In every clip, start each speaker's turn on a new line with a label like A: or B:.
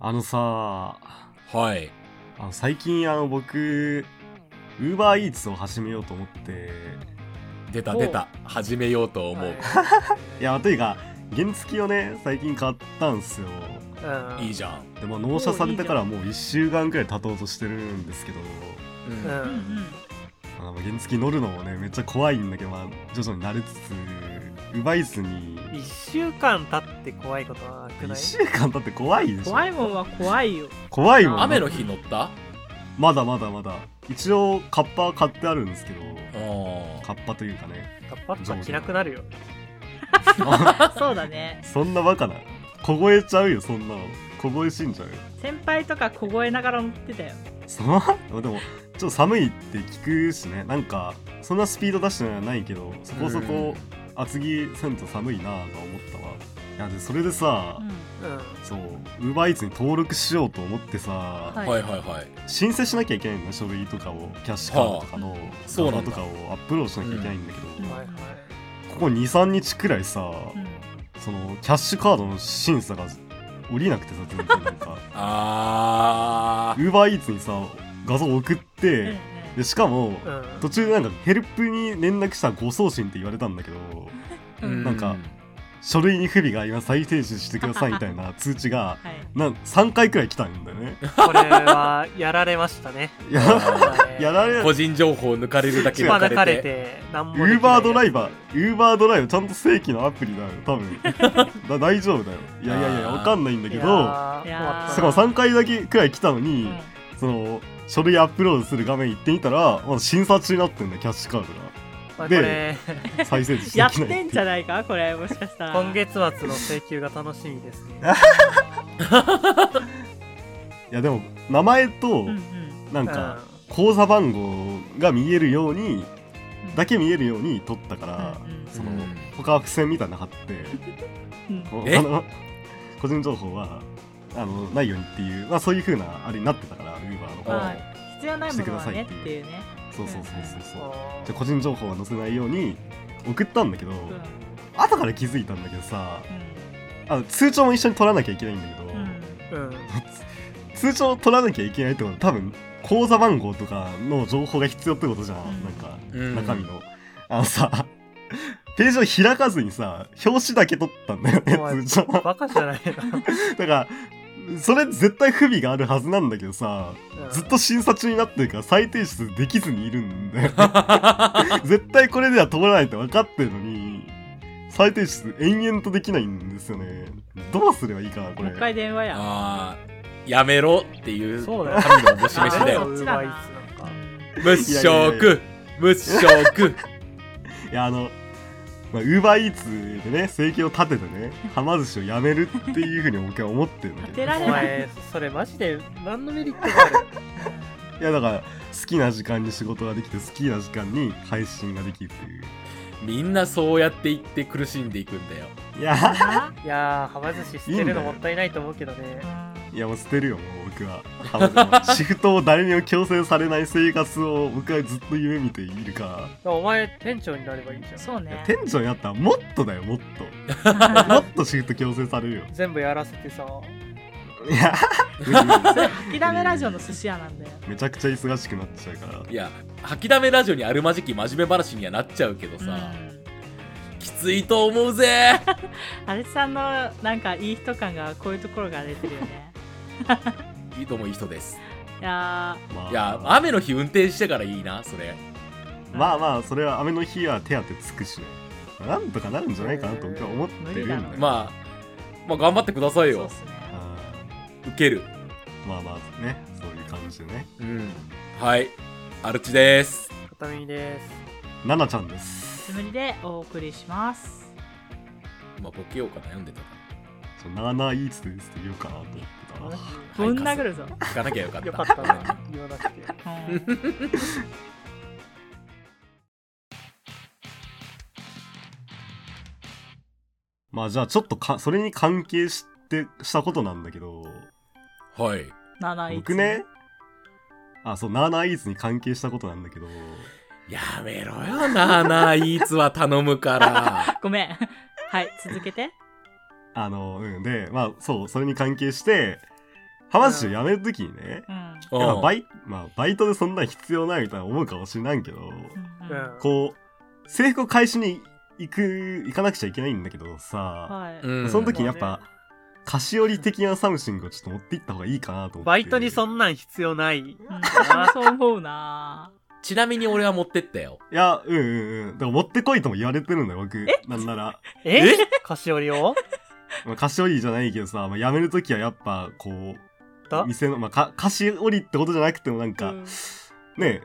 A: あのさ、
B: はい。
A: あの最近あの僕、ウーバーイーツを始めようと思って、
B: 出た
C: お
B: 出た。始めようと思う。、
A: いや、というか、原付きをね、最近買ったんすよ。
C: はい
B: い
C: じ
B: じゃん。
A: で、まあ、納車されてからもう1週間くらい経とうとしてるんですけど、
B: うん
C: う
D: うんうん
C: ん
A: あの原付き乗るのもね、めっちゃ怖いんだけど、まあ、徐々に慣れつつ、ウーバーイーツに
C: 1週間経って怖いことはなく
A: 1
C: ない
A: 週間経って怖いでしょ
D: 怖いもんは怖いよ。
A: 怖いもん。
B: 雨の日乗った
A: まだまだまだ。一応、カッパ買ってあるんですけど、
B: うん
A: カッパというかね。
C: カッパッパ着なくなるよ
D: そうだね。
A: そんなバカな。凍えちゃうよ、そんなの。凍え死んじゃうよ。
D: 先輩とか凍えながら乗ってたよ。
A: そのでも、ちょっと寒いって聞くしね。なんか、そんなスピード出してないけど、そこそこ厚着せんと寒いなぁと思ったわ。いや、で、それでさ
D: う、ん
C: う
A: そう、ウーバーイーツに登録しようと思ってさ、
D: はい
B: はいはいはい。
A: 申請しなきゃいけないのね、書類とかを、キャッシュカードとかの、
B: そうなんだ
A: 画像とかをアップロードしなきゃいけないんだけど、
D: うん
C: んはいはい
A: ここ2、3日くらいさ、
D: うん
A: その、キャッシュカードの審査が降りなくてさ、全然なんか。
B: あ
A: ウーバーイーツにさ画像送って、でしかも、
C: うん
A: 途中でなんかヘルプに連絡したら誤送信って言われたんだけど
B: ー。
D: うん
A: なんか書類に不備が今再提出してくださいみたいな通知 が
D: はい。
A: なん3回くらい来たんだよ ね
C: これはやられましたね
A: い や
C: はい
A: やられ
B: 個人情報抜かれるだけ
C: 血
B: 抜
C: は
B: か
C: 抜か
B: れ
C: れ
B: て。
C: て何も
A: ウーバードライバ
C: ー
A: ーウーバードライバーちゃんと正規のアプリだよ多 分だ大丈夫だよいやいやいや
B: あー
A: わかんないんだけ
C: いや
A: ど
D: い
C: ー
D: やー
C: 終わった
A: しかも3回だけくらい来たのに、
D: うん
A: その書類アップロードする画面行ってみたらまだ審査中になってんだよキャッシュカード
C: まあこ
A: で
C: れ
A: が再生してきな
D: や
A: い
D: ってんじゃないかこれもしかしたら。
C: 今月末の請求が楽しみですね
A: いやでも名前と
D: うんうん
A: なんか口座番号が見えるように
D: うん
A: だけ見えるように取ったから
D: うんうん
A: その
B: うん
A: 他は付箋みたいなの貼 って
D: うん
A: こ
B: え
A: あの個人情報はあのないようにっていうまあそういう風なあれになってたからウーバーの方
B: は
A: も
B: い
D: 必要ないものはねっていうね。
A: そうそうそうそうそう
C: あ
A: じゃ
C: ー
A: あ個人情報は載せないように送ったんだけど
D: うん
A: 後から気づいたんだけどさあの通帳も一緒に取らなきゃいけないんだけど
D: うんうん
C: うん
A: 通帳を取らなきゃいけないってことは多分口座番号とかの情報が必要ってことじゃん、
D: うん
A: なんか
B: うん
A: 中身の、あのさページを開かずにさ表紙だけ取ったんだよ
C: お
A: ね
C: い
A: 通帳だか
C: バカじゃない
A: らそれ絶対不備があるはずなんだけどさ
C: な、うん
A: ずっと審査中になってるから再提出できずにいるんだよ 絶対これでは通らないって分かってるのに再提出延々とできないんですよねどうすればいいかなこ
D: もう
A: れ
D: 一回電話や。
B: あー。やめろっていう
C: そうだよ
B: 神のお示しだ
D: あ
B: よ。
D: ーそっ
C: ウー
D: ちだ
C: バ
D: な
C: ーイーツなんか
B: 無色無色
A: いやあのまあ、ウーバーイーツでね生計を立ててねはま寿司をやめるっていうふうに僕は思ってるんだけど
D: 当てら
C: お
D: れない。
C: 前それマジで何のメリットがある
A: いやだから好きな時間に仕事ができて好きな時間に配信ができるっていう
B: みんなそうやって言って苦しんでいくんだよ。
A: いや
D: ない
C: やーはま寿司捨てるのもったいないと思うけどね
D: うん
A: いやもう捨てるよもう僕ははま寿司シフトを誰にも強制されない生活を僕はずっと夢見ているか
C: お前店長になればいいじゃん
D: そう
A: らいや
D: ね。
A: 店長になったらもっとだよもっともっとシフト強制されるよ
C: 全部やらせてさ
A: いや無理無理
D: 諦めラジオの寿司屋なんだよ。
A: めちゃくちゃ忙しくなっちゃうから
B: いや、吐きだめラジオにあるまじき真面目話にはなっちゃうけど
D: う
B: さ、
D: ん
B: きついと思うぜ。
D: アレツさんのなんかいい人感がこういうところが出てるよね。
B: いいともいい人です。
D: いや
A: まあ
B: いや、雨の日運転してからいいな、それ。
A: まあまあそれは雨の日は手当てつくしねなんとかなるんじゃないかなと僕は思ってるんだよ
D: 無理だろう
B: まあ、まあ頑張ってください
D: ー、そう
B: よ
D: っ。すね。
A: あ
B: 受ける。
A: ーまあまあねそういう感じでね
B: うん。はい。アルチです。
C: 片耳です
A: ななちゃんです
D: つむりでお送りします。
B: まあ、ボケようか悩んでたか
A: ちょななイーツですって言うかなと思ってたな
B: ら。
D: ぶん 殴るぞ。
B: はい。貸す聞かなきゃよかった。
C: よかったな言わなくて
D: うん
A: まあじゃあちょっとかそれに関係してしたことなんだけど
B: はい。
D: 七一。
A: 僕ね。あそうななイーツに関係したことなんだけど
B: やめろよな、なあ、いいつは頼むから。
D: ごめ ん。はい、続けて。
A: あのうんでまあそうそれに関係して話をやめるときにね、
D: うん
B: うん
A: やっぱバイまあ、バイトでそんなん必要ないみたいな思うかもしれないけど、
D: うんうん
C: うん。
A: こう、制服を返しに行く、行かなくちゃいけないんだけどさ、
D: はい。
B: うん
A: その時にやっぱ、菓子折り的なサムシングをちょっと持って行った方がいいかなと思って。
C: バイトにそんなん必要ない。
D: うんそう思うな
B: ちなみに俺は持ってったよ。
A: いや、うんうんうん。だから持ってこいとも言われてるんだよ、僕。なんなら。
C: え菓子折りを
A: まあ、菓子折りじゃないけどさ、まあ、辞めるときはやっぱ、こう、
C: だ
A: 店の、まあか、菓子折りってことじゃなくてもなんか、
D: うん
A: ねえ、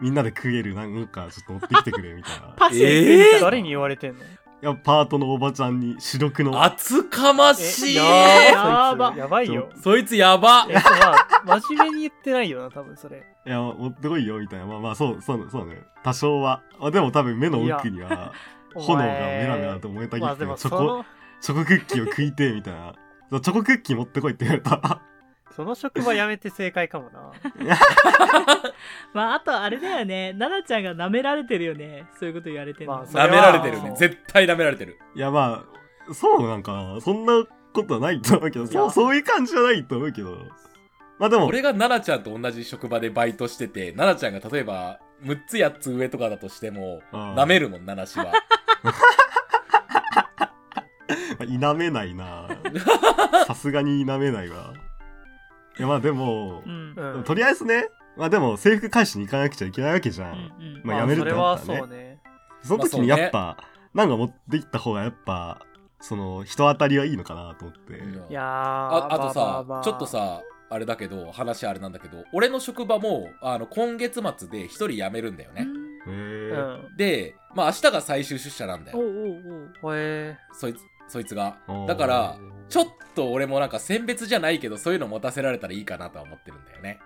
A: みんなで食えるなんかちょっと持ってきてくれ、みたい な。
D: パシ
B: え
D: リ
B: ー
C: 誰に言われてんの
A: いや、パートのおばちゃんに主力の、
B: 厚かましい
C: えや
D: や
C: ば
D: ば
C: そいつやばいよ。
B: そいつやば
C: え、そうまあ、真面目に言ってないよな、多分それ。
A: いや、持ってこいよ、みたいな。まあまあ、そう、そう、そうね。多少は。まあ、でも多分目の奥には、炎がメラメラと燃えたぎ
C: まあ
A: って
C: で
A: て、
C: も
A: チ
C: そ
A: ョコ、
C: の、
A: チョコクッキーを食いてえ、みたいな。そうチョコクッキー持ってこいって言われた。
C: その職場やめて正解かもな。
D: まあ、あとあれだよね。奈々ちゃんが舐められてるよね。そういうこと言われてるの。
C: まあそ
B: 舐められてるね。絶対舐められてる。
A: いや、まあ、そうなんかな。そんなことはないと思うけど、
C: い
A: そ
C: や
A: う、そういう感じじゃないと思うけど。まあでも、
B: 俺が奈々ちゃんと同じ職場でバイトしてて、奈々ちゃんが例えば6つ8つ上とかだとしても、
A: うん
B: 舐めるもん、奈 々氏は。
A: まあ否めないな。さすがに否めないわ。いや、まあでも
D: う、ん。
C: うん。
A: とりあえずね、まあでも制服返しに行かなくちゃいけないわけじゃ。
D: うんん
A: まあやめるってなった
C: それ
A: ら
C: は
A: ね
C: そ
A: そ
C: う。ね。
A: の時にやっぱ、なんか持っていった方がやっぱ、その人当たりはいいのかなと思って。
B: うん
C: いやー
B: ああとさ、
C: まままあ
B: ちょっと、さあれだけど話あれなんだけど俺の職場もあの今月末で1人辞めるんだよね、
A: へ
C: う
A: え
C: ん。
B: でまあ明日が最終出社なんだ
D: おう
B: よ
D: おう
C: ほえ
B: そいつそいつが
A: おー
B: だからちょっと俺もなんか選別じゃないけどそういうの持たせられたらいいかなとは思ってるんだよね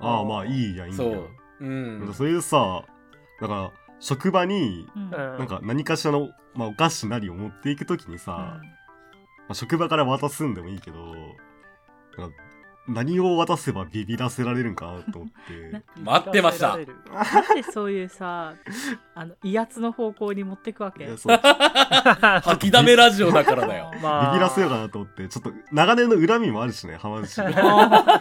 A: ああ、まあいいや、いいんだ
B: そ
A: よ
B: う。うん
A: そういうさ、だから、職場に、
D: おう。うん
C: ー。うん。
A: なんか何かしらの、まあ、お菓子なりを持っていく時にさ、まあ、職場から渡すんでもいいけど、なんか何を渡せばビビらせられるんかなと思って。
B: 待ってました
C: 見せられる
D: なんでそういうさ、あの、威圧の方向に持ってくわ
A: い
D: け
A: やそう
B: 吐きだめラジオだから だよ
C: まあ、
A: ビビらせようかなと思って、ちょっと長年の恨みもあるしね、浜口。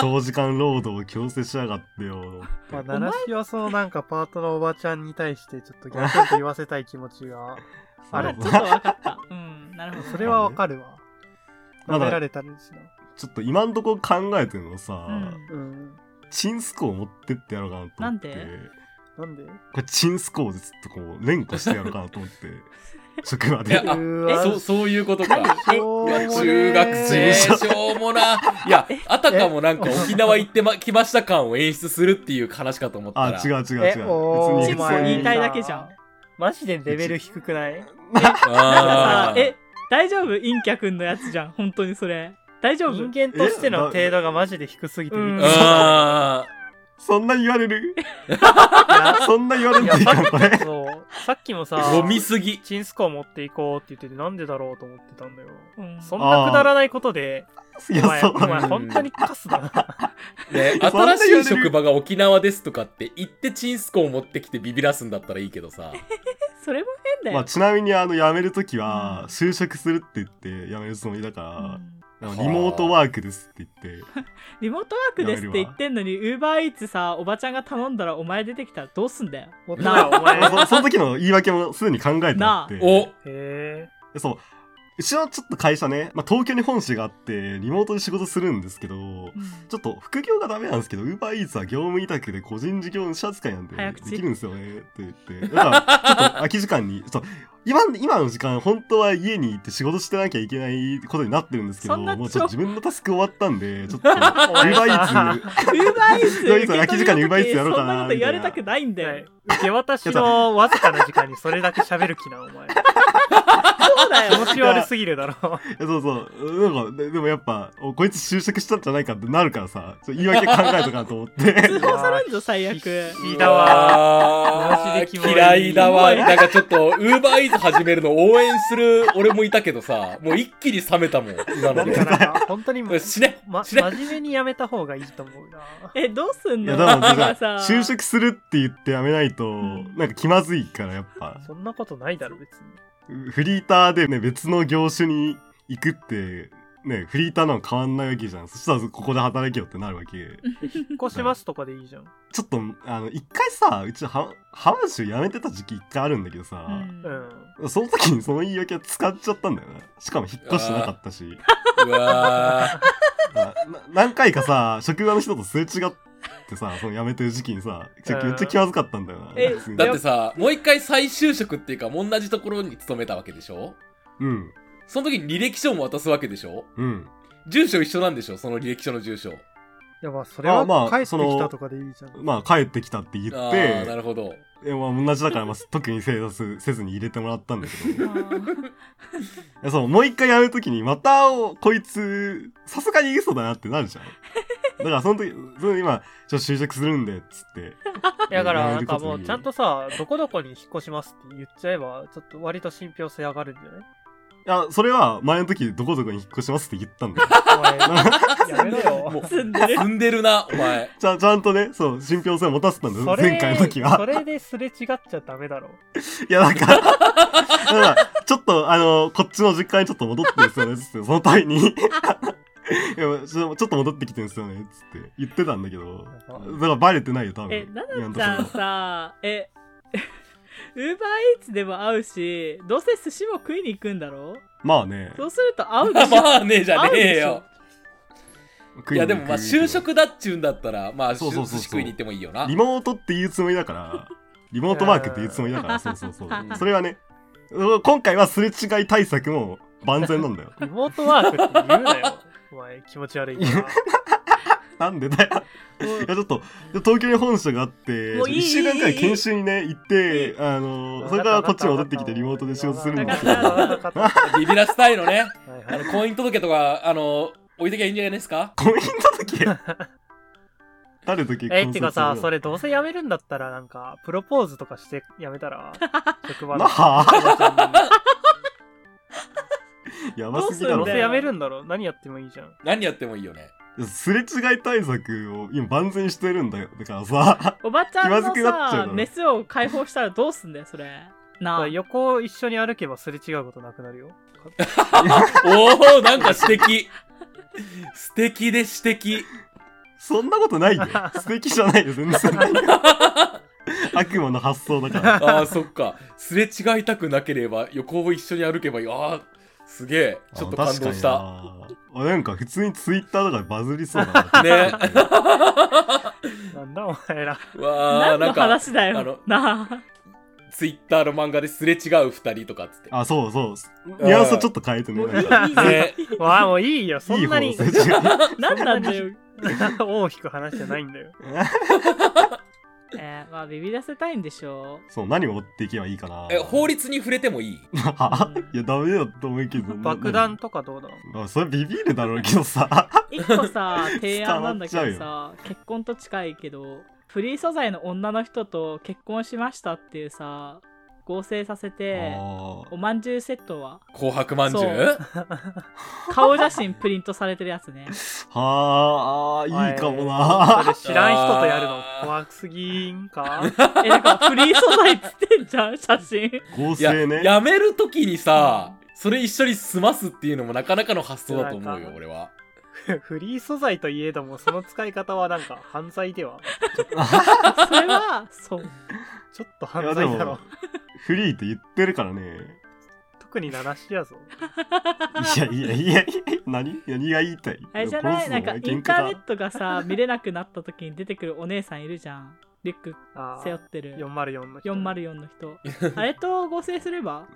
A: 長時間労働を強制しやがってよ。
C: まあ、奈良市はそのなんかパートのおばちゃんに対してちょっとギャと言わせたい気持ちが、あれ
D: あちょっとわかった。うん。なるほど。
C: それはわかるわ。
A: ま
C: 舐
A: だ
C: められたんですよ。
A: ちょっと今んとこ考えてるのさ、
D: うん
C: うん。
A: チンスコを持ってってやろうかなと思って。
D: なんで
C: なんで
A: これチンスコをずっとこう連呼してやろうかなと思って。職場
B: いや
A: で。
B: あ
C: う
D: え
C: わ
B: そうそういうことか
D: え
B: うわ中学生
A: 自
B: しょうもないやあたかもなんか沖縄行ってま来ました感を演出するっていう話かと思った
A: あ
B: ら、
A: 違う違う違う。別に
C: えおー
A: 普
D: チンスコ
A: 通
D: 言
A: に
D: いたいだけじゃん。
C: マジでレベル低くない
B: あ
D: あ
B: ー
D: え、大丈夫陰キャ君のやつじゃん。本当にそれ。大丈夫
C: 人間としての程度がマジで低すぎてびっくりした
B: あ
A: そんな言われる
C: い
A: そんな言われ
C: や
A: て
C: い
A: いい
C: や
A: か
C: さ
A: こ
C: っ
A: れ
C: き。そうさっき もさ
B: ーゴミすぎ。
C: チンスコを持っていこうって言っててなんでだろうと思ってたんだよ
D: うん
C: そんなくだらないことで
A: い
C: お
A: や、
C: 前
A: そ
C: お
A: う。
C: 前本当にカスだな
B: ね、
A: そんな
B: 新し
A: 言われる
B: い職場が沖縄ですとかって言ってチンスコを持ってきてビビらすんだったらいいけどさ。
D: それも変だ
A: まあ、
D: よ。
A: ちなみにあの辞めるときは
D: うん
A: 就職するって言って辞めるつもりだか
D: うん
A: ら、あのリモートワークですって言って
D: リモートワークですって言ってんのに、ウーバーイーツさ、おばちゃんが頼んだらお前出てきたらどうすんだよ。
C: おな お 前
A: そその時の言い訳もすでに考えてあって
B: お
C: へ
A: でそううちのちょっと会社ね、まあ、東京に本社があってリモートで仕事するんですけどちょっと副業がダメなんですけどウーバーイーツは業務委託で個人事業主扱いなんで
D: 早
A: で
D: 口
A: きるんですよねって言ってだからちょっと空き時間に そう今今の時間本当は家に行って仕事してなきゃいけないことになってるんですけど
D: そんな
A: もうちょっと
D: ち
A: 自分のタスク終わったんでちょっとウーバーイーツ
D: ウーバーイー
A: ウ
D: ツ
A: ーバーイーツ空き時間にウーバーイーツやろうかな
D: そんなこと言われたくないんだ
C: え
D: よ。
C: 受け渡しのわずかな時間にそれだけ喋る気なお前
D: そう だよ。
C: 気持ち悪すぎるだろ
A: いやそうそう。なんか、ででもやっぱ、おこいつ就職したんじゃないかってなるからさ、ちょ言い訳考えとかなと思って。
D: 通報されんぞ、最悪。
C: いいだわ
B: わ
C: マジでキモい
B: 嫌いだわ。なんかちょっと、ウーバーイーズ始めるの応援する俺もいたけどさ、もう一気に冷めたもん、今
C: な
B: の
C: ん
B: で。
C: か なんか本当に
B: しね、
C: ま、
B: しね。
C: 真面目にやめた方がいいと思うな。
D: え、どうすん
A: い
D: の
A: や、でも
D: なんか
A: さ、就職するって言ってやめないと、
D: ん
A: なんか気まずいから、やっぱ。
C: そんなことないだろ、別に。
A: フリーターでね、別の業種に行くって、ね、フリーターなの変わんないわけじゃん。そしたらここで働けよってなるわけ。
C: 引っ越しますとかでいいじゃん。
A: ちょっと、あの、一回さ、うちは、浜州辞めてた時期一回あるんだけど
D: う
A: さ、
D: ん
C: うん。
A: その時にその言い訳は使っちゃったんだよな。しかも引っ越してなかったし。
B: うわ
A: あな何回かさ、職場の人とすれ違ってさ、その辞めてる時期にさ、ちょめっちゃ気まずかったんだよな。
D: え
A: 普通
B: ー
A: に
B: だってさもう一回再就職っていうか同じところに勤めたわけでしょ
A: うん、
B: その時に履歴書も渡すわけでしょ
A: うん。
B: 住所一緒なんでしょその履歴書の住所
C: いやまあそれ
A: あ
C: は
A: まあ
C: 帰って
A: その
C: きたとかでいいじゃん。
A: まあ、帰ってきたって言
B: あ
A: っ
B: あな
A: て、
B: るほど
A: えまあ、同じだから、まあ、 特に正座せずに入れてもらったんだけど。い
D: あー
A: やそう、もう一回辞める時に、また、こいつ、さすがに嘘だなってなるじゃん。だから、その時、その今、ちょっと就職するんで、つって。
C: いやだから
A: や
C: な
A: め
C: ん
A: る
C: か
A: こと
C: もう
A: に
C: ちゃんとさ、どこどこに引っ越しますって言っちゃえば、ちょっと割と信憑性上がるんじゃ ない
A: いや、それは、前の時、どこどこに引っ越しますって言ったんだよ。
C: おいやめろよ。
B: もう
D: 住んでる。
B: 踏んでるなお 前
A: ちゃんちゃんとね、そう、信憑性を持たせたんだよ、
C: それ
A: 前回の時は。
C: それですれ違っちゃダメだろ。
A: いや、なんか、だから、ちょっと、あの、こっちの実家にちょっと戻ってんすよね、つって、その際に。いや ちょちょっと戻ってきてんすよね、つって言ってたんだけど、だからバレてないよ、多分。
D: え、な
A: 今
D: な
A: の
D: ち
A: ところ
D: ゃんさ、え、 ウーバーイーツでも会うし、どうせ寿司も食いに行くんだろ
A: まあね、
D: そうすると会うでし ょ。
B: まあねじゃねえよい
A: 食に
B: やでもまあ
A: 食いに
B: 就
A: 行くよ
B: 職だっちゅうんだったらまあ
A: そ
B: 寿
A: うそうそうそう
B: 司食いに行ってもいいよな
A: リモートっていうつもりだから、リモートワークっていうつもりだから、そうそうそう。それはね、今回はすれ違い対策も万全なんだよ。
C: リモートワークって言うなよ。お前気持ち悪いな。
A: なんでだよ。
D: もう
A: いやちょっと東京に本社があって
D: もういい
A: 1週間くらい研修にね行ってあの それからこっちに戻ってきてリモートで仕事するんですけど
D: わかったわかった
A: 婚
B: ビビらせたいのね
C: はいは
B: あ
C: い
B: の婚姻届とかあの置いてきゃいいんじゃないですか
A: 姻届誰と結婚する
C: え、って かさ、そ
A: れ
C: れどうせやめるんだったら、なんか、プロポーズとかしてやめた ら、職場
A: な
C: の。
A: あ
C: おばちゃん に
A: やばすぎだ
C: ど
A: ろ
C: うせやめるんだろ何やってもいいじゃん。
B: 何やってもいいよ ね
A: すれ違い対策を今万全してるんだよだからさ
D: おばちゃんの
A: 気まずくなっちゃう
D: さ
A: だ、ろ
D: メスを解放したらどうすんだよ、それ。なあ。
C: 横を一緒に歩けばすれ違うことなく なるよ。
B: おおなんか素敵素敵で素敵
A: そんなことないよ素敵じゃないよ全然ないよ悪魔の発想だから
B: あーそっかすれ違いたくなければ横を一緒に歩けばいいあーすげえ ちょっと感動した
A: あ確かになあなんか普通にツイッターとかでバズりそうだな
B: ね
C: なんだお前ら。
B: わあ
D: 何
B: な
D: の
B: んか
D: 話だ
B: あ
D: よ
B: の。
D: なあ。
B: ツイッターの漫画ですれ違う2人とかっつって
A: あ、そうそう。ニュアンスをちょっと変えてね。
D: もう
A: ないん
D: い
A: か
D: いいぜ。
B: ね
C: わあ、もういいよ。そ
A: いい
C: ん
A: 方
C: な
A: の
C: に、
A: 数字が。
D: 何なんだよ。
C: 大きく話してないんだよ。
D: えー、まあ、ビビらせたいんでしょ
A: そう、何を持っていけばいいかな。
B: え法律に触れてもい い
A: いや、ダメだと思う けど。
C: 爆弾とかどうだ
A: な。あそれビビるだろうけどさ。
D: う。一個さ、提案なんだけど
A: 伝
D: さ、結婚と近いけど、フリー素材の女の人と結婚しましたっていうさ、合成させて、
A: あ
D: おまんじゅうセットは、
B: 紅白まんじゅ
D: そう顔写真プリントされてるやつね。
A: ーはあ、いいかも
C: おいそ
A: な。
C: れ知らん人とやるの怖すぎんか
D: え、なんかフリー素材つってんじゃん、写真。
A: 合
B: いや
A: 成ね。
B: やめるときにさそれ一緒に済ますっていうのもなかなかの発想だと思うよ俺は
C: フリー素材といえども、その使い方はなんか犯罪では
D: それは、そう。
C: ちょっ と
A: い
C: 犯
A: や
C: 罪
A: で
C: だろ
A: も。、フリーって言ってるからね。
C: 特に七しやぞ。
A: いやいやいやいや、何何が言いたい
D: あれじゃないなんかインターネッ
A: ト。
D: トがさ見れなくなった時に出てくるお姉さんいるじゃんリュック
C: あ
D: 背負
C: ー
D: ってる
C: 404の人。
D: 404の人あれと合成すれば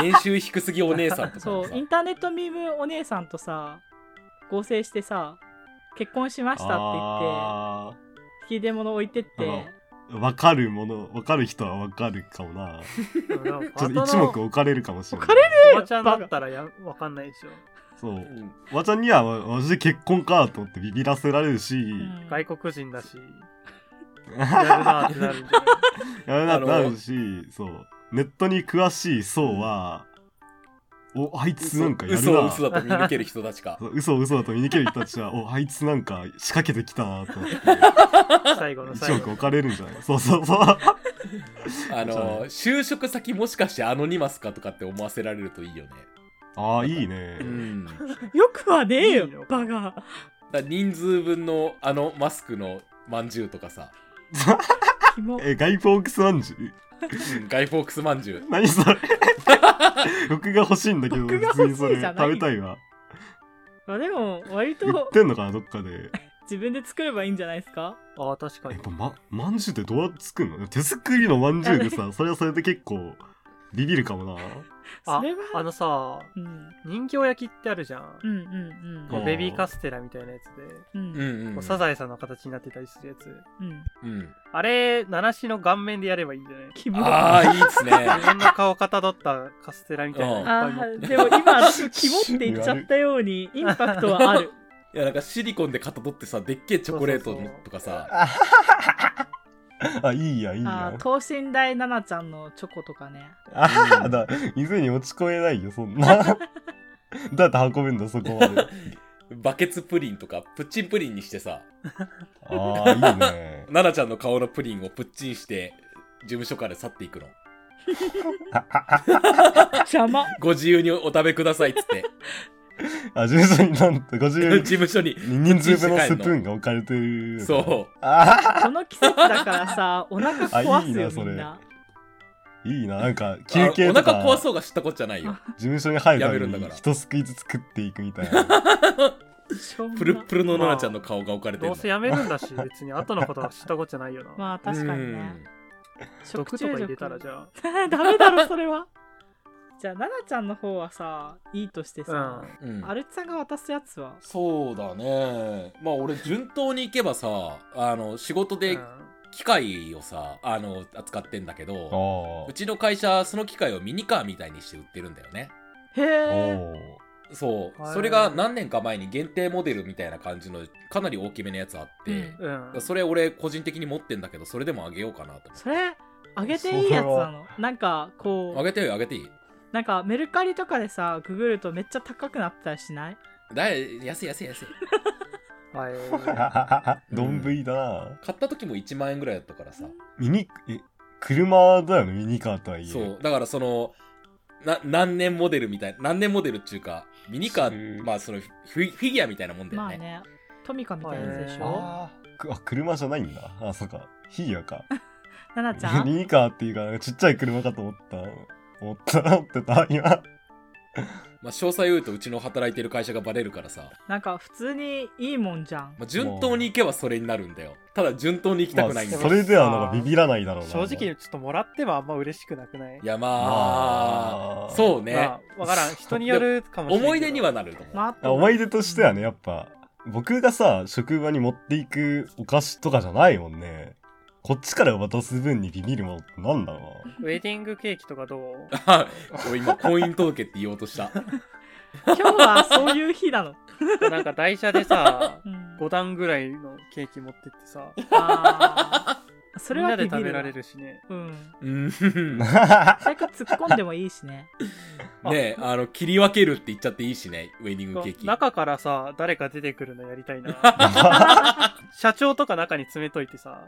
B: 年収低すぎお姉さんとかも
D: そ
B: さ
D: うインターネットミームお姉さんとさ合成してさ結婚しましたって
A: あ
D: 言って引き出物置いてって
A: あのーわかるもの、わかる人はわかるかも な。
C: 404。
A: ちょっと一目置かれるかもしれない。
D: 置かれ
C: おばちゃんだったらやわかんないでしょ。
A: そう
B: う。ん
A: おばちゃんには、わマジで結婚かと思って ビビらせられるし、
D: うん
C: 外国人 だし、やるなーってなるんじゃない
A: やるなってなるし、そう。ネットに詳しい層は、お、あいつなんかやるな。
B: 嘘を嘘
A: 嘘
B: だと見抜ける人たちか
A: 嘘嘘だと見抜ける人たちは、お、あいつなんか仕掛けてきたなと思って、
C: 最後の
A: 一
C: 最
A: 億
C: 後。
A: 置かれるんじゃないそう そうそう。
B: あ
A: そう
B: の就職先もしかしてアノニマスかとかって思わせられるといいよね
A: ああ、いいね
B: う。ん。だか
D: よくはねえよ
C: いいよ
D: バカ
B: ら人数分のあのマスクのまんじゅうとかさ、
D: キモ
A: え、ガイフォークスまんじゅう
B: うんガイフォークスまんじゅう。
A: 何それ 僕が欲しいんだけど、
D: 僕が
A: 別
D: 欲しい
A: にそれ
D: じゃない
A: 食べたいわ。
D: まあでも割
A: 売っ
D: と
A: てんのかな、どっかで。
D: 自分で作ればいいんじゃないですか
C: ああ、確か
A: や
C: に
A: っ。ぱま、まんじゅうってどうやって作るの手作りのまんじゅうでさ、それはそれで結構ビビるかもな。
D: そ
C: あ
D: れは
C: あのさ、
D: うん、
C: 人形焼きってあるじゃん
D: う。んうん
A: う
D: うんん
C: ベビーカステラみたいなやつで、
D: うん
B: う
D: うん
B: んう。
C: こうんサザエさんの形になってたりするやつ。
D: うん
B: うん。
C: あれ、七しの顔面でやればいいんじゃ ない
D: キモ
B: ああ、いいっすね。
C: 自分の顔かたどったカステラみたいなのいっぱ
D: あ
C: い持って
D: ーでも今私キモって言っちゃったようにインパクトはある
B: いや、なんかシリコンでかたどってさ、でっけえチョコレートのとかさ、
A: あ、いいや、いい
D: あ
A: や
D: ー。等身大奈々ちゃんのチョコとかね
A: あははだ、店に落ち込めないよ、そんな。 どうやって運ぶんだ、そこまで。
B: バケツプリンとか、プッチンプリンにしてさ、
A: ああ、いいね。
B: 奈々ちゃんの顔のプリンをプッチンして、事務所から去っていくの。
D: 邪魔
B: ご自由にお食べくださいっつって、
A: あ、事務所になんと
B: 事
A: 50
B: 務所に。
A: 人数分のスプーンが置かれてる。。
B: そう
A: あ
D: この季節だからさお腹
A: あい
D: 壊
A: い
D: す
A: な
D: よ
A: それ
D: みんな
A: あ、いいな、なんか
B: う。
A: 休
B: あ
A: 憩
B: お
A: と
B: 腹壊
A: か、事
B: そうが知ったことじゃないよ。
A: 務所に入るた
B: やめる
A: め
B: んだか
A: に
B: ら
A: 一すくいずつ作っていくみた いな。
D: しょうもな
B: プルップルの奈々ちゃんの顔が置かれてる
C: ど
B: の。
C: うせやめるんだし、別に後のことは知ったことじゃないよな。
D: まあ確かに
B: う
D: ね
B: ん
D: 食
C: 毒とか
D: 中
C: 入
D: 毒
C: れたらじゃ
D: ダメだろそれはじゃあ奈々ちゃんの方はさいいとして
C: あ
D: さ、。
B: うん
D: アルチさんが渡すやつは
B: そうだねまあ俺順当に行けばさあの仕事
C: うん。
B: で機械をさあの扱ってんだけ
A: ああ。
B: ど
A: お
B: うちの会社その機械をミニカーみたいにして売ってるんだよね
D: へえ
A: ー
B: そう
C: はい
B: それが何年か前に限定モデルみたいな感じのかなり大きめのやつあって、
C: うん。
B: それ俺個人的に持ってんだけどそれでもあげようかなと思って
D: それあげていいやつなのなん
B: あ
D: かこう
B: げてよあげていい
D: なんかメルカリとかでさググるとめっちゃ高くなってたりしない
B: だい安い安い安い
C: はい。
A: 丼だな。
B: 買った時も1万円ぐらいだったからさ
A: ミニ、え、車だよね、ミニカーとはいえ。
B: そう。だからそのな何年モデルみたい何年モデルっていうかミニカー、
A: うん
B: まあそのフィフィギュアみたいなもんだよ
D: まあ
B: ね,、
D: ねトミカみたいなやつでしょ
A: あーくあ、車じゃないんだ。あ、そうか。フィギュアか。
D: 奈々ちゃ ん
A: ミニカーっていうか、ちっちゃい車かと思った。思った なってた、今。
B: まあ、詳細を言うとうちの働いてる会社がバレるからさ、
D: なんか普通にいいもんじゃん
B: まあ、順当に行けばそれになるんだよただ順当に行きたくないんだ
A: ま
B: よ、
A: あそれではなんかビビらないだろうな。
C: 正直にちょっともらってもあんま嬉しくなくない
B: いやまあ、
A: まあ
B: そうね、
C: まあ、わか らん。人によるかもしれない。
B: 思い出にはなると思う、
D: まああと
A: 思い出としてはね、やっぱ、僕がさ、職場に持っていくお菓子とかじゃないもんね。こっちから渡す分にビビるものってなんだろ
C: ウェディングケーキとかどう
B: あ俺 今婚姻届って言おうとした
D: 今日はそういう日なの、
C: なんか台車でさ、
D: うん、
C: 5段ぐらいのケーキ持ってってさ、
D: あーそ
C: み
D: れ
C: んな
D: は
C: で
D: ビビるわ
C: 食べられるしね。
D: うん
B: うん
A: う
B: ね
A: な。
D: 最悪突っ込んでもいいしね
B: えあの切り分けるって言っちゃっていいしねウェディングケーキ
C: 中からさ、誰か出てくるのやりたい な。社長とか中に詰めといて さ、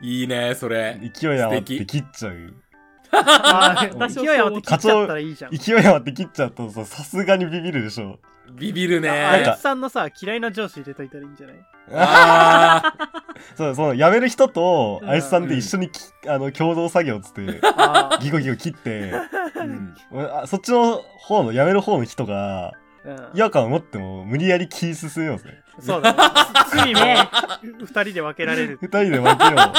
B: いいねそれ
A: 勢い余っ
B: 素
A: て
B: 敵
A: 切っちゃう。
C: あー
D: 私もそう思った
C: 勢い余って切っちゃったらいいじゃん。
A: 勢い余って切っちゃったとさ、さすがにビビるでしょ。
B: ビビるね
C: あ
A: なん
C: い
A: か
C: つさんのさ、嫌いな上司入れといたらいいんじゃない
B: あー
A: そう、その、やめる人と、
D: うん
A: あいつさんで一緒にき、あの、共同作業っつって、
C: あ
A: ギコギコ切って、
B: うん
A: 俺あそっちの方の、やめる方の人が、
C: うん、
A: 違和感を持っても無理やり切り進めようぜ。
C: そうだ、ね、罪
D: ね
C: も二人で分けられる
A: 二。人で分けよう。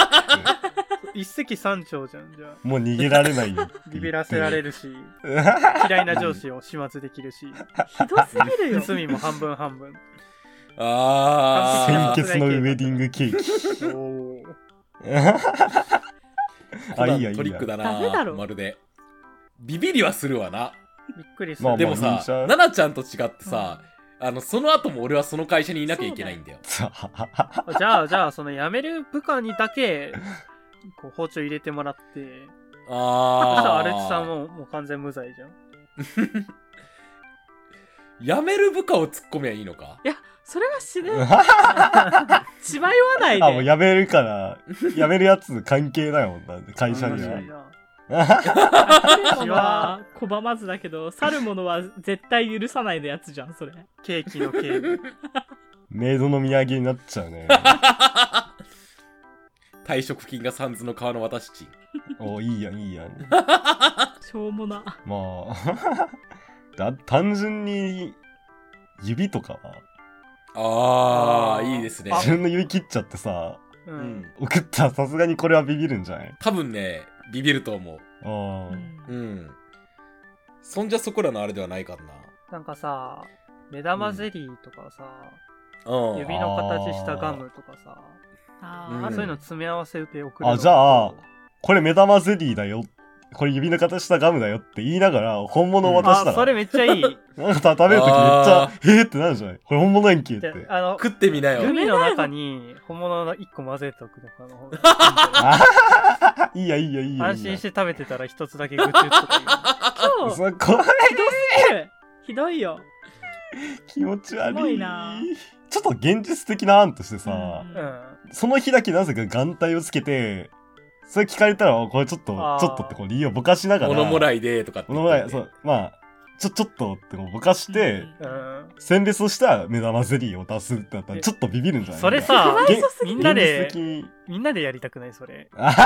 C: 一石三鳥じゃん、じゃ
A: もう逃げられないよって言って。
C: あ。ビビらせられるし、嫌いな上司を始末できる し、
D: ひどすぎるよ
C: 罪も半分半分。
B: あ
A: 鮮
B: ー
A: 血のウェディングケー キ。
C: おー
A: あ、いいや、いい
B: トリッ
A: や
B: ク。だな
D: ダメだろ
B: まるでビビりはするわな
C: びっくりする。
A: まあ
B: でも
A: まあ忍
B: さ
A: 者
B: 奈々ちゃんと違ってさ、あのその後も俺はその会社にいなきゃいけないんだよ
C: じゃあ、じゃあ、その辞める部下にだけ、こう包丁入れてもらって、そしたら
B: あ
C: アルチ
B: ー
C: さんももう完全無罪じゃん。
B: 辞める部下を突っ込めばいいのか
D: いやそれは死ね 血迷わない
A: あ、もう
D: で
A: やめるから、やめるやつ関係ないもんな、会社に
C: 確
A: は
C: か。に
D: 来る
C: な
D: ものは拒まずだけど、去るものは絶対許さないのやつじゃん、それ。
C: ケーキのケーキ。
A: メイドの土産になっちゃうね。
B: 退職金がサンズの川の私ちん。
A: おいいやんいいやん。
D: しょうもな。
A: まあ だ単純に指とかは
B: あ
C: あ
B: あ、
C: ー
B: いいですね。
C: あ
A: 自分の指切っちゃってさ
C: う。
B: うんん。
A: 送ったらさすがにこれはビビるんじゃない
B: 多分ね、ビビると思
A: あー
D: うん
B: う。うん。そんじゃそこらのあれではないか
C: なんかさ、目玉ゼリーとかさ、
B: な。うん。
C: 指の形したガムとかさ、
D: あ
B: う
C: あ
B: ん
D: ー
C: そういうの詰め合わせて送るの
A: あじゃあこれ目玉ゼリーだよこれ指の形したガムだよって言いながら本物を渡した
C: あ、
A: ら、
C: それめっちゃいい。
A: なんか食べるときめっち
B: あ
A: ゃ「えっ?」ってなるじゃないこれ本物やんけって
C: であの、
B: 食ってみな
C: グ
B: よ。
C: ミの中に本物の1個混ぜておくとかの方が
A: あいいやいいやいいや
C: 安
A: いいや
C: 心して食べてたら一つだけぐちゅっとか
D: 今日
A: そこは
D: ひどすぎるひどいよ。
A: 気持ち悪い
D: すごいな
A: ちょっと現実的な案としてさ、
D: うん
C: 言う。うん。
A: その日だけなぜか眼帯をつけて、それ聞かれたら、おこれちょっと、
C: あー
A: ちょっとってこう理由をぼかしながら。
B: 物もら
A: い。
B: いでとかって
A: 物
B: 言
A: も
B: っ
A: ら
B: て
A: い、
B: ね。
A: そう、まあ、ちょ、ちょっとってこうぼかして、
D: う
C: うんん
A: 選別をした目玉ゼリーを出すってなったら、
C: え
A: ちょっとビビるんじゃない
C: それ、さ
A: なんか、げ
C: みんな
A: 現
C: で
A: 実、的に。
C: みんなでやりたくないそれ。
A: あはは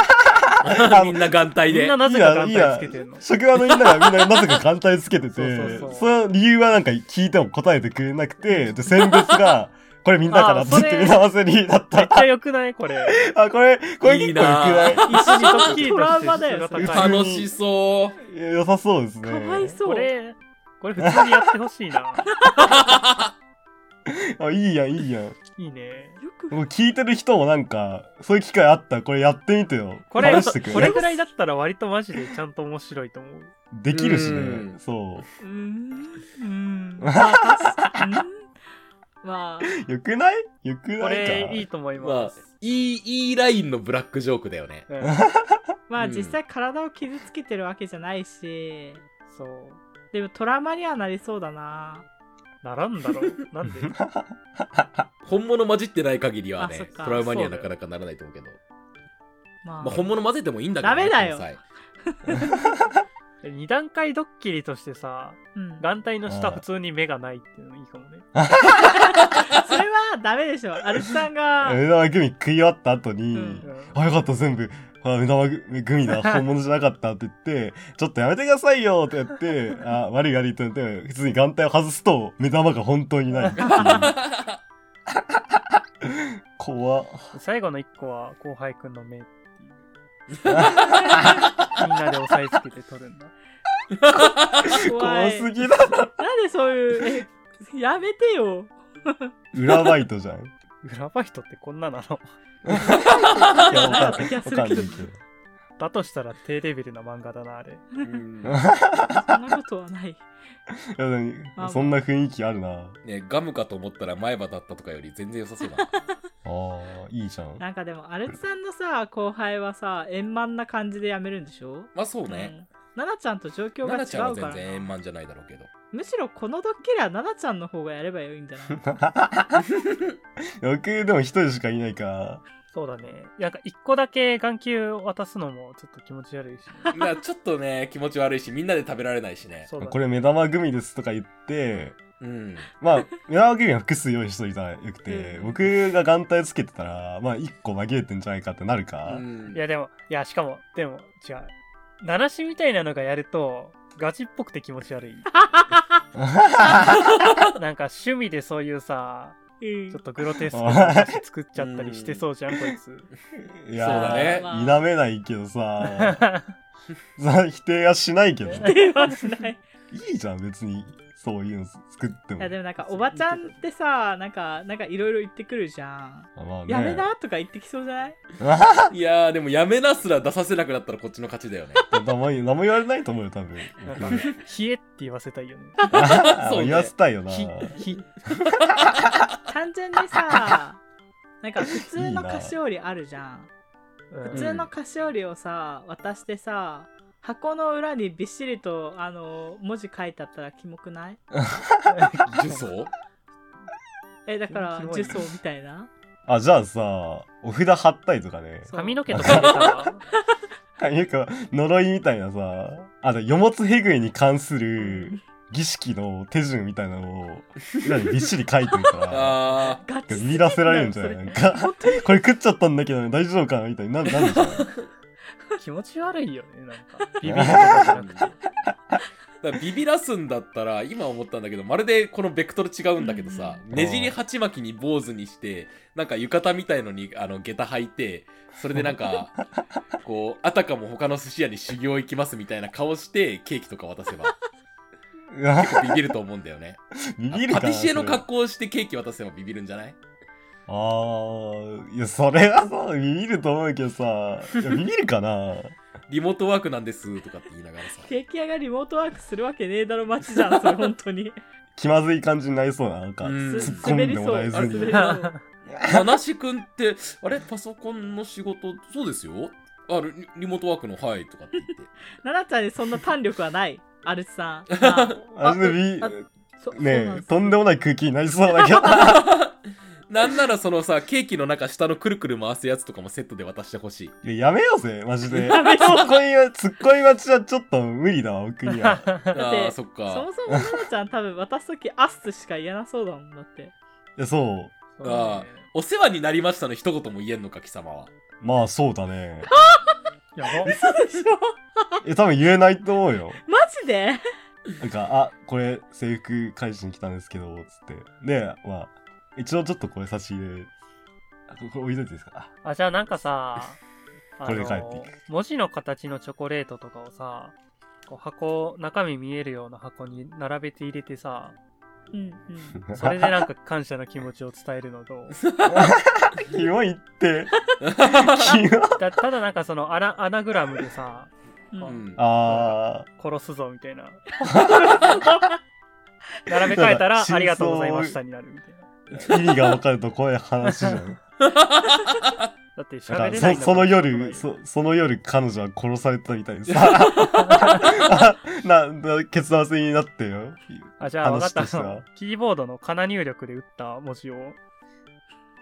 A: は
B: みんな眼帯
C: みん
B: で
C: な。ないぜか
A: や、いい
C: 眼
A: や
C: 帯つけてんの。
A: 職場のみんながみんななぜか眼帯つけてて、
C: そうそう
A: そ
C: そう
A: の理由はなんか聞いても答えてくれなく て、で、選別が、これみんなから
C: あ
A: って言
C: ー
A: って
C: それ
A: 目玉ゼリーだっ。
C: めったちゃ良くないこれ。
A: あ、これ、これ結構よくない
B: いいな
C: 一時ドッキリ
D: ト
C: と
D: ラ
C: し
D: ウ
C: て
D: マだよ
C: 質が高い
A: それ
B: 楽しそう。
A: いや良さそうですね。
D: かわいそう。
C: これ、これ普通にやってほしいな。
A: あ、いいやん、いいやん。
C: いいね。
D: よく
A: もう聞いてる人もなんか、そういう機会あったらこれやってみてよ。
C: これ、
A: 試してくれ
C: これぐらいだったら割とマジでちゃんと面白いと思う。
A: できるし
B: う
A: ね。
B: ん
A: そう
D: ーん。うーん。まあ、確かうんまあ、
A: う。よくないよくないか
C: これいいと思い
B: ま
C: ま
B: あ
C: す。、
B: いい、いいラインのブラックジョークだよね。
C: うん
D: まあ
B: うん
D: 実際体を傷つけてるわけじゃないし、
C: そう。
D: でもトラウマにはなりそうだな。
C: ならんだろう。なんで
B: 本物混じってない限りは
D: あそっ
B: ね、
D: か
B: トラウマにはなかなかならないと思うけど。
D: まあ、
B: まあ、本物混ぜてもいいんだけど、ね。
D: ダメだよ
B: この際
C: 二段階ドッキリとしてさ、
D: うん、
C: 眼帯の下
A: あー
C: 普通に目がないっていうのいいかもね。
D: それはダメでしょ。アルチさんが、
A: 目玉グミ食い終わった後に、
D: うん
A: あ、よかった、全部。あ、目玉グミだ、本物じゃなかったって言って、ちょっとやめてくださいよってやって、あ、悪い悪いって言って、普通に眼帯を外すと、目玉が本当にないっていう。怖っ。
C: うん最後の一個は後輩くんの目っていう。みんなで押さえつけて撮るんだ。
D: 怖
A: 怖
D: い。な
A: す
D: ん
A: ぎだろ。
D: でそういう、えやめてよ。
A: 裏バイトじゃん。
C: 裏バイトってこんななの
A: いや、わかんない。わ
D: や
A: か
D: す
A: ん
D: る
A: な
D: けど
A: いけど。
C: だとしたら低レベルな漫画だな、あれ。
B: うん
D: そんなことはない。
A: いやでも
D: まあ
A: そんな雰囲気あるな。
B: ね、ガムかと思ったら前歯だったとかより全然良さそうだ な。
A: ああ、いいじゃん。
D: なんかでも、アルチさんのさ、後輩はさ、円満な感じでやめるんでしょ
B: まあそうね。
D: うん。ナナちゃんと状況が
B: 奈々ちゃん
D: 違
B: は全
D: うから
B: 然円
D: な。
B: 満じゃないだろうけど。
D: むしろこのドッキリはナナちゃんの方がやればいいんじゃない
A: 僕でも一人しかいないから。
C: そうだね。なんか一個だけ眼球渡すのもちょっと気持ち悪いし、
B: だからちょっとね、気持ち悪いし、みんなで食べられないしね。
C: そうだね。
A: これ目玉グミですとか言って、
B: うん。
A: まあ、目玉グミは複数用意しといたらよくて、
D: うん
A: 僕が眼帯つけてたら、まあ一個紛れてんじゃないかってなるか
B: う。ん
C: いやでも、いやしかも、でも違う。鳴らしみたいなのがやると、ガチっぽくて気持 ち悪い。なんか趣味でそういうさ、
D: うん
C: ちょっとグロテスクな話作っちゃったりしてそうじゃん、こいつ。
A: い
B: そうだ
A: や
B: ね。
A: ー、否めないけどさ、さ否定はしないけど、い
D: 電話しない。
A: いじゃん、別に。そういうの作って
D: い
A: も
D: や。でもなんかおばちゃんってさなんかなんかいろいろ言ってくるじゃん、
A: まあね
D: やめなとか言ってきそうじゃない
B: いやー、でもやめなすら出させなくなったらこっちの勝ち だよね。
A: 何も言何も言われないと思うよ、多分。
C: なんかね、冷えって言わせたいよね。
A: あ
B: そうね
A: 言わせたいよな。
C: ひ、ひ、
D: 単純に さなんか普通の菓子折りあるじゃん
C: うん
D: 普通の菓子折りをさ渡してさ箱の裏にびっしりとあの文字書いてあったらキモくない
B: 呪 詛
D: えだから
C: キモい
D: 呪詛みたいな
A: あ、じゃあさ、お札貼ったりとかね。
D: そう
C: 髪の毛とか入れたら
A: なんか、呪いみたいなさ、あの、よもつへぐいに関する儀式の手順みたいなのを、裏にびっしり書いてるか
B: あ
D: ガチ
A: ら、
D: すぎ
A: 見出せられるんじゃ ない
D: そ
A: なんか、
D: 本当に
A: これ食っちゃったんだけど、大丈夫かなみたいな、な、なんでしょう
C: 気持ち悪いよね、なんか。ビビるとかじゃなくて。
B: ーだからビビらすんだったら今思ったんだけどまるでこのベクトル違うんだけどさ
A: ん
B: ねじり鉢巻きに坊主にしてなんか浴衣みたいのにあの下駄履いてそれでなん かこうあたかも他の寿司屋に修行行きますみたいな顔してケーキとか渡せば
A: うわ
B: 結構ビビると思うんだよね
A: ビビるかな
B: パティシエの
A: それ
B: 格好をしてケーキ渡せばビビるんじゃない
A: あー、いや、それはさ、ビビると思うけどさ、いやビビるかな
B: リモートワークなんですとかって言いなが らさ
D: ケーキ屋がリモートワークするわけねえだろ街じゃんそれ本当に
A: 気まずい感じになりそうな、なんか、
B: うん
A: 突っ
D: す
A: 込んで
D: 滑りそう
A: もらえず
D: あ滑
A: に
D: り。そう
B: ななし君って、あれパソコンの仕事、そうですよあリリモートワークの、はい、とかって言って。
D: 奈々ちゃんにそんな胆力はないアルチさん まあ
A: あれで
D: あ
A: ビ
D: そそう
A: ね
D: なん
A: え、
D: です
A: とんでもない空気になりそうだけど。
B: なんならそのさ、ケーキの中下のくるくる回すやつとかもセットで渡してほしい。
A: いややめようぜ、マジで。ツ
D: やめよう
A: ッコミは、ツッコミ待ちはちょっと無理だわ、僕に は。
B: あ
D: って
B: あ、そっ
D: そ
B: か
D: も。そも奈々ちゃん多分渡す時アスしか言えなそうだもんだって
A: いや、そう。
C: そう
B: あ
C: ね
B: お世話になりましたの一言も言えんのか、貴様は。
A: まあ、そうだね。
C: や
D: でしょ
A: え、多分言えないと思うよ。
D: マジで
A: なんか、あ、これ、制服返しに来たんですけど、つって。で、まあ、一応ちょっとこれ差し入れ、あここれ置いといていいですか
C: ば。あ、じゃあなんかさ、あ
A: これで帰ってい
C: の、文字の形のチョコレートとかをさ、こう箱、中身見えるような箱に並べて入れてさ、
D: うんうん
A: あ
C: それでなんか感謝の気持ちを伝えるのと、
A: キモいって。 キモ
C: だただなんかそのアナアナグラムでさ、
D: うん
B: うん。
A: あ
C: 殺すぞみたいな。並べ替えたら、ありがとうございましたになるみたいな。
A: ー、意味がわかるとこういう話じゃん。
C: だって
A: だ
C: 喋れ
A: か
C: な
A: ら
C: いん
A: そ
C: だ
A: そ
C: も
A: の
C: ん
A: 夜そ、その夜彼女は殺されたみたいでさ。あ な、な、結末になってよ。
C: あ、じゃあ分かっ
A: 話としては
C: た。 キーボードのカナ入力で打った文字を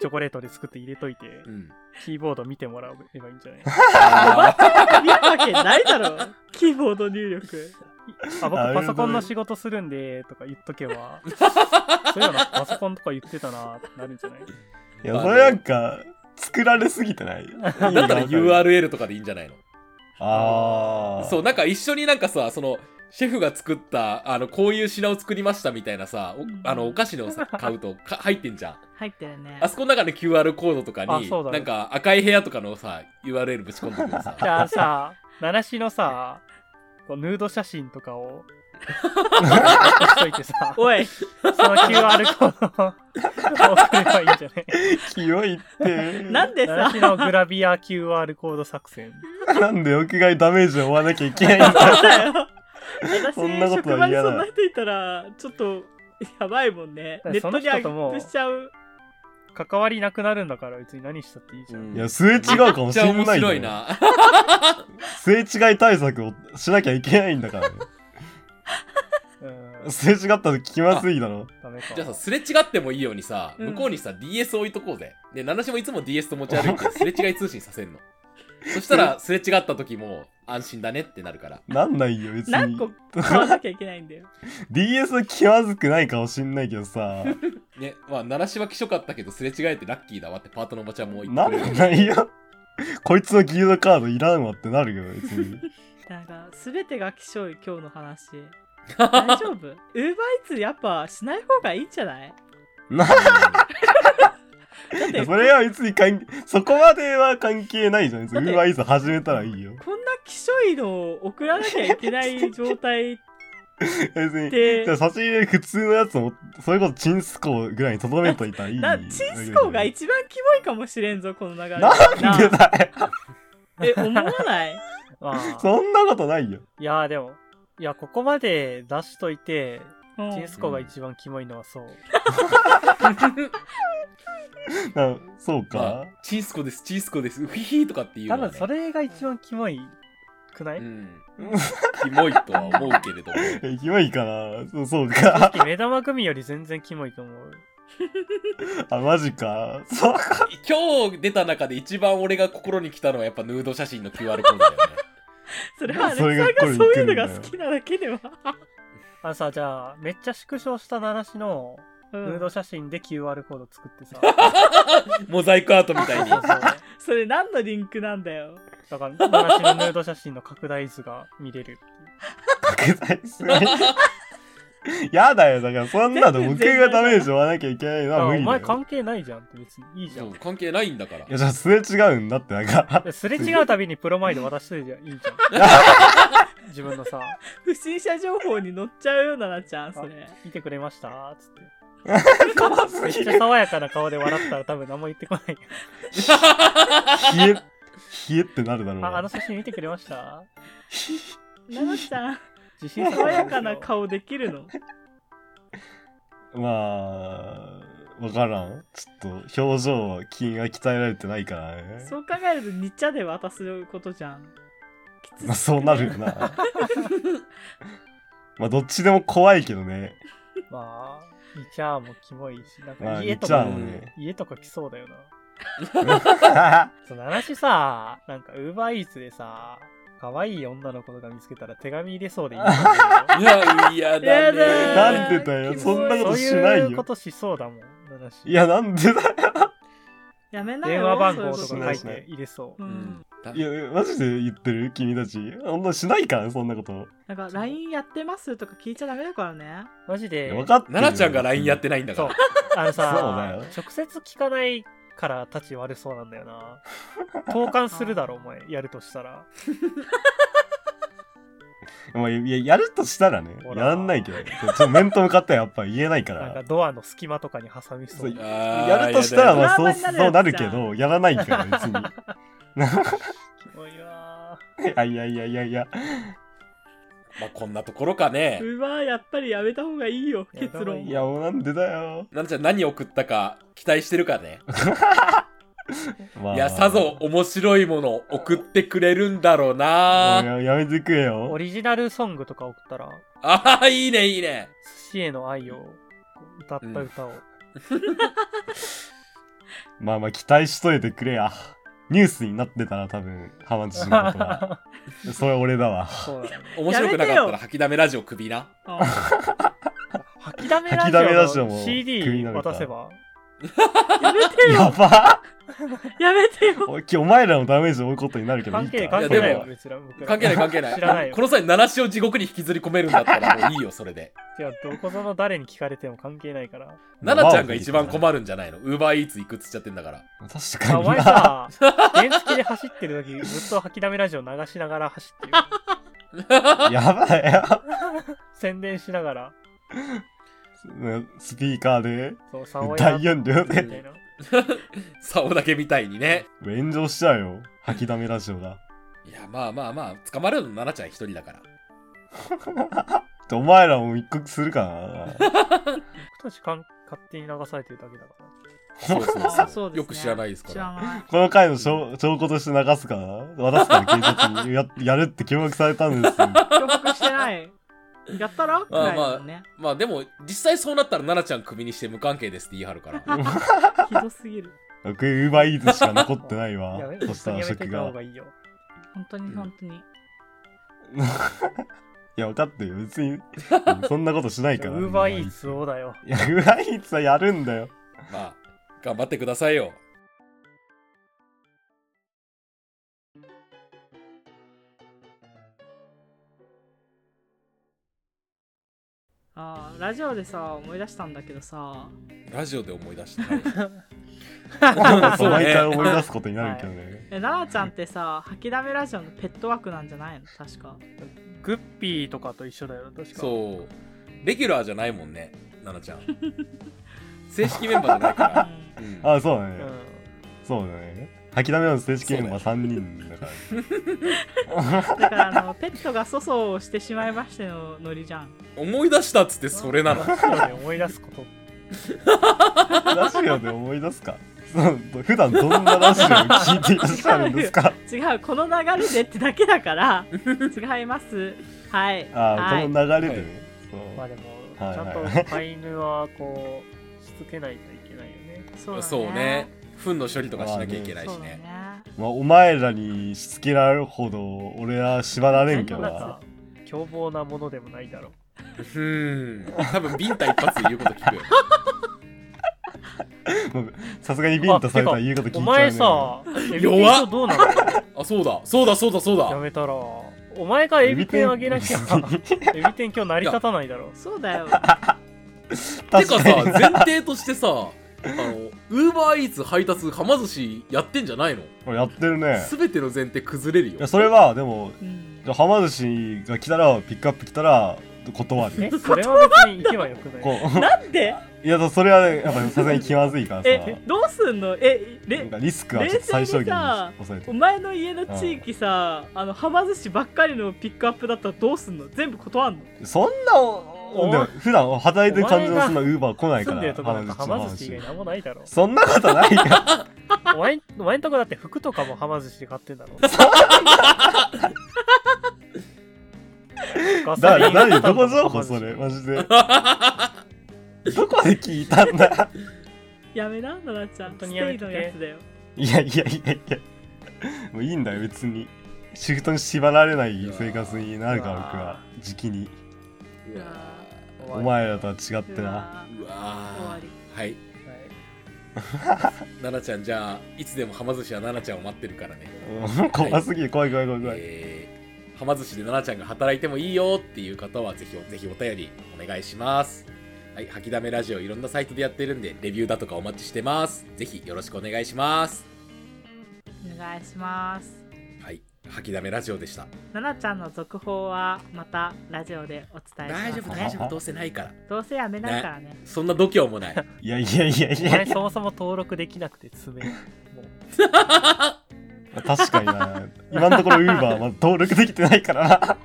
C: チョコレートで作って入れといて、
B: うん。
C: キーボード見てもらえばいいんじゃない
B: あ
D: 見るわけないだろキーボード入力
A: なるほ
C: あ、僕
A: どね
C: パソコンの仕事するんで、とか言っとけば、そういえばなんかパソコンとか言ってたなってなるんじゃない
A: いや、それなんか、作られすぎてない
B: ーだったら URL とかでいいんじゃないの
A: ああ。
B: そう、なんか一緒になんかさ、その、シェフが作った、あの、こういう品を作りましたみたいなさ、おあの、お菓子の さ買うとか入ってんじゃん。
D: 入ってるね
B: あそこの中の QR コードとか
C: あ
B: に、
C: そうだね
B: なんか赤い部屋とかのさ、URL ぶち込んでく るさ。
C: じゃあさ、ナナシのさ、こうヌード写真とかを、しといてさ、そ
D: おい
C: の QR コードを送ればいいんじゃない
A: キモいって。
D: なんで
C: ナ
D: さ
C: ナシのグラビア QR コード作戦。
A: なんで屋外ダメージを負わなきゃいけないん だ。
D: そうだよ。私、
A: そんなこと
D: 職
A: は
D: 場に
A: 嫌だ
D: そんな人いたら、ちょっと、やばいもんね。
C: だ
D: ネットにア
C: その人とも
D: ップしちゃう。
C: 関わりなくなるんだから別に何したっていいじゃん。
B: うん
A: いや、すれ違うか
B: め
A: も
B: っ
A: し
B: ちゃ
A: れ
B: 面
A: ないん
B: 白
A: だ
B: い
A: よ。
B: な。
A: すれ違い対策をしなきゃいけないんだからね。
C: うん、
A: すれ違ったら気まずいだろ。
C: ダメか。
B: じゃあさ、すれ違ってもいいようにさ、
D: う
B: 向
D: ん
B: こうにさ、DS 置いとこうぜ。で、ナナシもいつも DS と持ち歩いて、すれ違い通信させんの。そしたら、すれ違った時も安心だねってなるから。
A: なんないよ、別
D: 何
A: に
D: 個。買わなきゃいけないんだよ。
A: DS は気まずくないかもしんないけどさ。
B: ね、まあ、ナナシは希少かったけど、すれ違えてラッキーだわってパートのおばちゃんも言っ
A: な
B: てくれる
A: んないよ。こいつのギルドカードいらんわってなるよ、別に。
D: なんか、すべてが希少い、今日の話。大丈夫ウーバーイーツやっぱしない方がいいんじゃない
A: な
D: だっ
A: いや
D: て、
A: それは別に関係、そこまでは関係ないじゃん。ウ
D: って
A: ーバーイーツ始めたらいいよ。
D: こんな希少いのを送らなきゃいけない状態っ
A: 別に。
D: て
A: じゃ、あ差し入れ普通のやつも、それこそチンスコーぐらいにとどめといたらいい。
D: な、チンスコーが一番キモいかもしれんぞ、この流れ。
A: なんでだよ。
D: え、思わない
C: まあ
A: そんなことないよ。
C: いやーでも、いや、ここまで出しといて、
D: うん
C: チンスコが一番キモいのはそう。
A: なそう
B: ま
A: か。
B: あチースコです、チースコです、ウヒヒーとかっていうの
C: 多
B: は、ね。
C: 分それが一番キモいくない、
B: うん。キモいとは思うけれども。
A: え、キモいかなそうそう
C: さ
A: か
C: っ。き目玉組より全然キモいと思う。
A: あ、マジか。そうか。
B: 今日出た中で一番俺が心に来たのはやっぱヌード写真の QR コードだよね。
D: それはアレク
A: それが
D: さんが
A: こ
D: そう
A: れ
D: い
A: 言
D: う
A: ってる
D: の
A: んだよ
D: が好きなだけでは。
C: あのさ、じゃあ、めっちゃ縮小した名無しの
D: う
C: ヌ
D: ん
C: ード写真で QR コード作ってさ。
B: モザイクアートみたいに
C: そうそう
D: それ何のリンクなんだよ。
C: だから、名無しのヌード写真の拡大図が見れる。
A: 拡大する。 やだよ、だからそんなの
D: 全部
A: 僕がダメージ負わなきゃいけないの
C: あ
A: は無
C: お
A: 理だよ。
C: 前
A: いや、
C: 関係ないじゃんって別にいいじゃ。
B: そうん関係ないんだから
A: じゃあすれ違うんだって、なんか。
C: すれ違うたびにプロマイド渡してるじゃん。いいじゃ ん。自分のさ、
D: 不審者情報に載っちゃうよ、ななちゃん、それ。
C: 見てくれましたつって。
A: 怖す
C: めっ
A: ぎ
C: ちゃ
A: る。
C: 爽やかな顔で笑ったら多分何も言ってこない。
A: 冷え、冷えってなるだろう
C: あ、あの
A: な。
C: 写真見てくれました
D: ななちゃん、
C: 自信作
D: 爽やかな顔できる の
A: まあ、わからん。ちょっと、表情は筋が鍛えられてないからね。
D: そう考えると、日茶で渡すことじゃん。きつ
A: まあ、そうなるよな。 まあ、どっちでも怖いけどね。
C: まあ、イチャーもキモいし、なん
A: ま
C: か
A: あ、
C: 家
A: 言っ
C: と
A: ちゃ
C: か
A: う、もんね。
C: 家とか来そうだよな。その話さ、なんかウーバーイーツでさ、可愛い女の子とか見つけたら手紙入れそうでいいんだ
B: いやいやだ
D: や
B: ね
D: だ
A: なんでだよ、
D: キ
A: そ
D: モい
A: んな
C: け
A: こと
C: ど、そう
A: しない
C: いうこ
A: よ。
C: としそうだもん、話。
A: いや、なんでだよ。
D: やめなよ。
C: 電話番号と
D: そ
A: し
D: う
A: な
C: か
D: いう
A: いし
D: こ
C: 書い
A: ない
C: て入れそう
D: と。う
B: うんんだ
A: いや、マジで言ってる君たち。そんなしないから、そんなこと。
D: なんか、LINE やってますとか聞いちゃダメだからね。
C: マジで、
A: 分かってるよ
B: 奈々ちゃんが LINE やってないんだか
C: そう
B: ら。
C: あの
A: そうだ
C: さ
A: よ、
C: 直接聞かないから立ち悪そうなんだよな。投函するだろ、お前、やるとしたら。
A: まあ、いや、やるとしたらね、
C: ほら
A: やらないけど、ちょっと面と向かってはやっぱ言えないか。
C: なんからドアの隙間とかに挟みそう
A: そ。
B: あー
A: やるとしたら、
B: やだや
A: まあ、そう、
D: ドラマになる
A: そうなる
D: やつ
A: け
D: だ
A: ど、やらないから、別に。
C: キモいわー
A: いやいやいやいやいや。
B: だまあこんなところかね。
D: うわやっぱりやめた方がいいよ、
C: やめた
D: 結
C: 方がい
D: 論
A: い。や、もうなんでだよ。
B: 奈々ちゃん何送ったか期待してるかね。
A: まあ
B: いや、さぞ面白いもの送ってくれるんだろうな。
A: ややめてくれ
C: オ
A: よ。
C: リジナルソングとか送ったら、
B: ああ、いいね、いいね。
C: 寿司への愛を歌った歌を。
A: まあまあ、期待しといてくれや。ニュースになってたら多分、ハマチ氏のこと は。それ俺だわ。
C: そうだよね。
B: 面白くなかったら吐きだめラジオクビな。
D: あ
C: 吐きだめ
A: 吐きだめ
C: ラ
A: ラ
C: ジ
A: ジ
C: オ
A: オ
C: の
A: も
C: CD 渡せば。
D: やめて
A: や
D: よ
A: ば
D: やめてよ
A: おきお前らのダメージ多いことになるけどい
C: 関
A: い
C: 係ない、
A: か
C: 関係ない
B: い
C: よ
B: や、で
C: 別に僕ら。
B: 関係ない関係ない。
C: 知らないよ
B: こ。の際、奈良市を地獄に引きずり込めるんだったらもういいよ、それで。
C: いや、どこぞの誰に聞かれても関係ないから。
B: 奈々ちゃんが一番困るんじゃないのウーバーイーツ行くっつっちゃってんだから。
A: 確
C: あ
A: か
C: お
A: にな
C: 前さ、原付で走ってる時、ずっと吐きだめラジオ流しながら走 って る。
A: やばいよ。
C: 宣伝しながら、
A: スピーカーで、
C: そう、さおや
A: 大音量
C: み
A: で、
C: たいな。
B: 竿だけみたいにね。
A: 炎上しちゃうよ。吐きだめラジオだ。
B: いや、まあまあまあ、捕まるの奈々ちゃん一人だから。
A: お前らも一刻するかな。
C: 僕たちかん勝手に流されてるだけだから。
B: そうそう
D: あーそうですね
B: よく知らないですか
D: 知ら
B: ら。
D: ない
A: この回の証証拠として流すかな渡すから警察にや やるって脅迫されたんですよ。
D: 協力してないやったらくらいだもんね、
B: まあでも、実際そうなったら奈々ちゃんクビにして無関係ですって言い張るから。
D: ひどすぎる
A: 僕、ウーバーイーツしか残ってないわ
C: やめ、。
A: そしたら
C: やめ
A: 職
C: ていた
A: が
C: 方。がいいよ。
D: 本当に本当に、
A: いや、分かってるよ。別に、そんなことしない
C: ウ
A: から。
C: ーバーイーツをだよ。
A: いや、ウーバーイーツはやるんだよ。
B: まあ、頑張ってくださいよ。
D: あーラジオでさ思い出したんだけどさ
B: ラジオで思い出した。はいそうね
A: 毎回思い出すことになるけどね。
D: え奈々ちゃんってさ吐きだめラジオのペット枠なんじゃないの確か
C: グッピーとかと一緒だよ、確か。
B: そう。レギュラーじゃないもんね、奈々ちゃん。正式メンバーじゃないから。うん
A: あ、そうだ
C: う
A: ね。
C: ん。
A: そうだね。吐きだめの正式メンバー3人だから、
D: うんだからあのペットが粗相をしてしまいましてのノリじゃん
B: 思い出したっつってそれなの。
C: そうね、思い出すこと。
A: ラジオで思い出すか そう普段どんなラジオを聞いていらっしゃるんですか
D: 違うこの流れでってだけだから 違いますはい
A: あー、
D: はい
A: この流れでね。そう
C: まあでも、ち
A: はい
C: ゃん
A: はい
C: と飼い犬はこう、しつけないといけないよね。
D: そうだね
B: そうね。糞の処理とかしなきゃいけないし
D: そうだ
B: ね。
D: ね
A: まあ、お前らにしつけられるほど俺は縛られんけど
D: そんな
A: な
D: こ。
C: 凶暴なものでもないだろ
B: う
C: う。
B: ん。多分、ビンタ一発で言うこと聞く。
A: さすがにビンタされたら言うこと聞いちゃ
C: お
A: う、ね。
C: 前さ、エビ
B: 弱っ
C: ペンとどうなの
B: あ、そうだ、そうだ、そうだ、そう
C: や
B: だ。
C: めたら。お前がエビ天あげなき ゃ、エビ天今日成り立たないだろ。
D: そうだよ。
B: て
A: 確
B: か
A: か
B: さ、
A: に
B: 前提としてさ、あの、ウーバーイーツ配達、はま寿司やってんじゃないの
A: 俺やってるね。
B: すべての前提崩れる
A: い
B: よ
A: や。それはでも、
D: うん
A: じゃあはま寿司が来たら、ピックアップ来たら、断るよ
C: え、。それは別に行けばよくない。
A: こ
D: なんで
A: う いや、それはねやっぱさすがに気まずいからさ。
D: え、どうすんのえ、
A: なん
D: れ、
A: かリスクはちょっと最小限に抑えて
D: お。前の家の地域さ、あの、はま寿司ばっかりのピックアップだったらどうすんの全部断んの
A: そんなお、
C: お
A: でも普段働いてる感じのそんなウーバー来ないか
C: 住んで
A: ら、
C: るとこなんかはま寿司以
A: 話
C: 外。なんもないだろ。
A: そんなことない よ。
C: お前ん、お前んとこだって服とかもはま寿司で買って んだろ。ガ
A: だ
C: ソリン
A: 何どこ情報それ、マ ジで。どこで聞いたんだ
D: やめな、ななちゃん。ス
C: 本当
D: テ
C: にやめ
D: イ
C: て
D: のやつだよ。
A: いやいやいやいや。もういいんだよ、別に。シフトに縛られない生活になるから、
C: うわ
A: 僕は。時期に。
B: うわ
A: お前らとは違ってな。
B: ーうわ
D: 終わ
B: ーはい。奈々ちゃん、じゃあ、いつでもはま寿司は奈々ちゃんを待ってるからね。
A: うん怖すぎる、怖い怖い怖い怖い。
B: えー、はま寿司で奈々ちゃんが働いてもいいよっていう方はぜひぜひお便りお願いします。はい、吐きだめラジオいろんなサイトでやってるんでレビューだとかお待ちしてます。ぜひよろしくお願いします。
D: りお願いします。
B: はい、吐きだめラジオでした。
D: ななちゃんの続報はまたラジオでお伝えします、
B: 大丈夫大丈夫どうせないから。
D: どうせやめないからね。
B: そんな度胸もない。
A: いやいやいやい
C: お前
A: や、
C: そもそも登録できなくて詰める。もう
A: 確かにな。今のところ Uber はまだ登録できてないからな。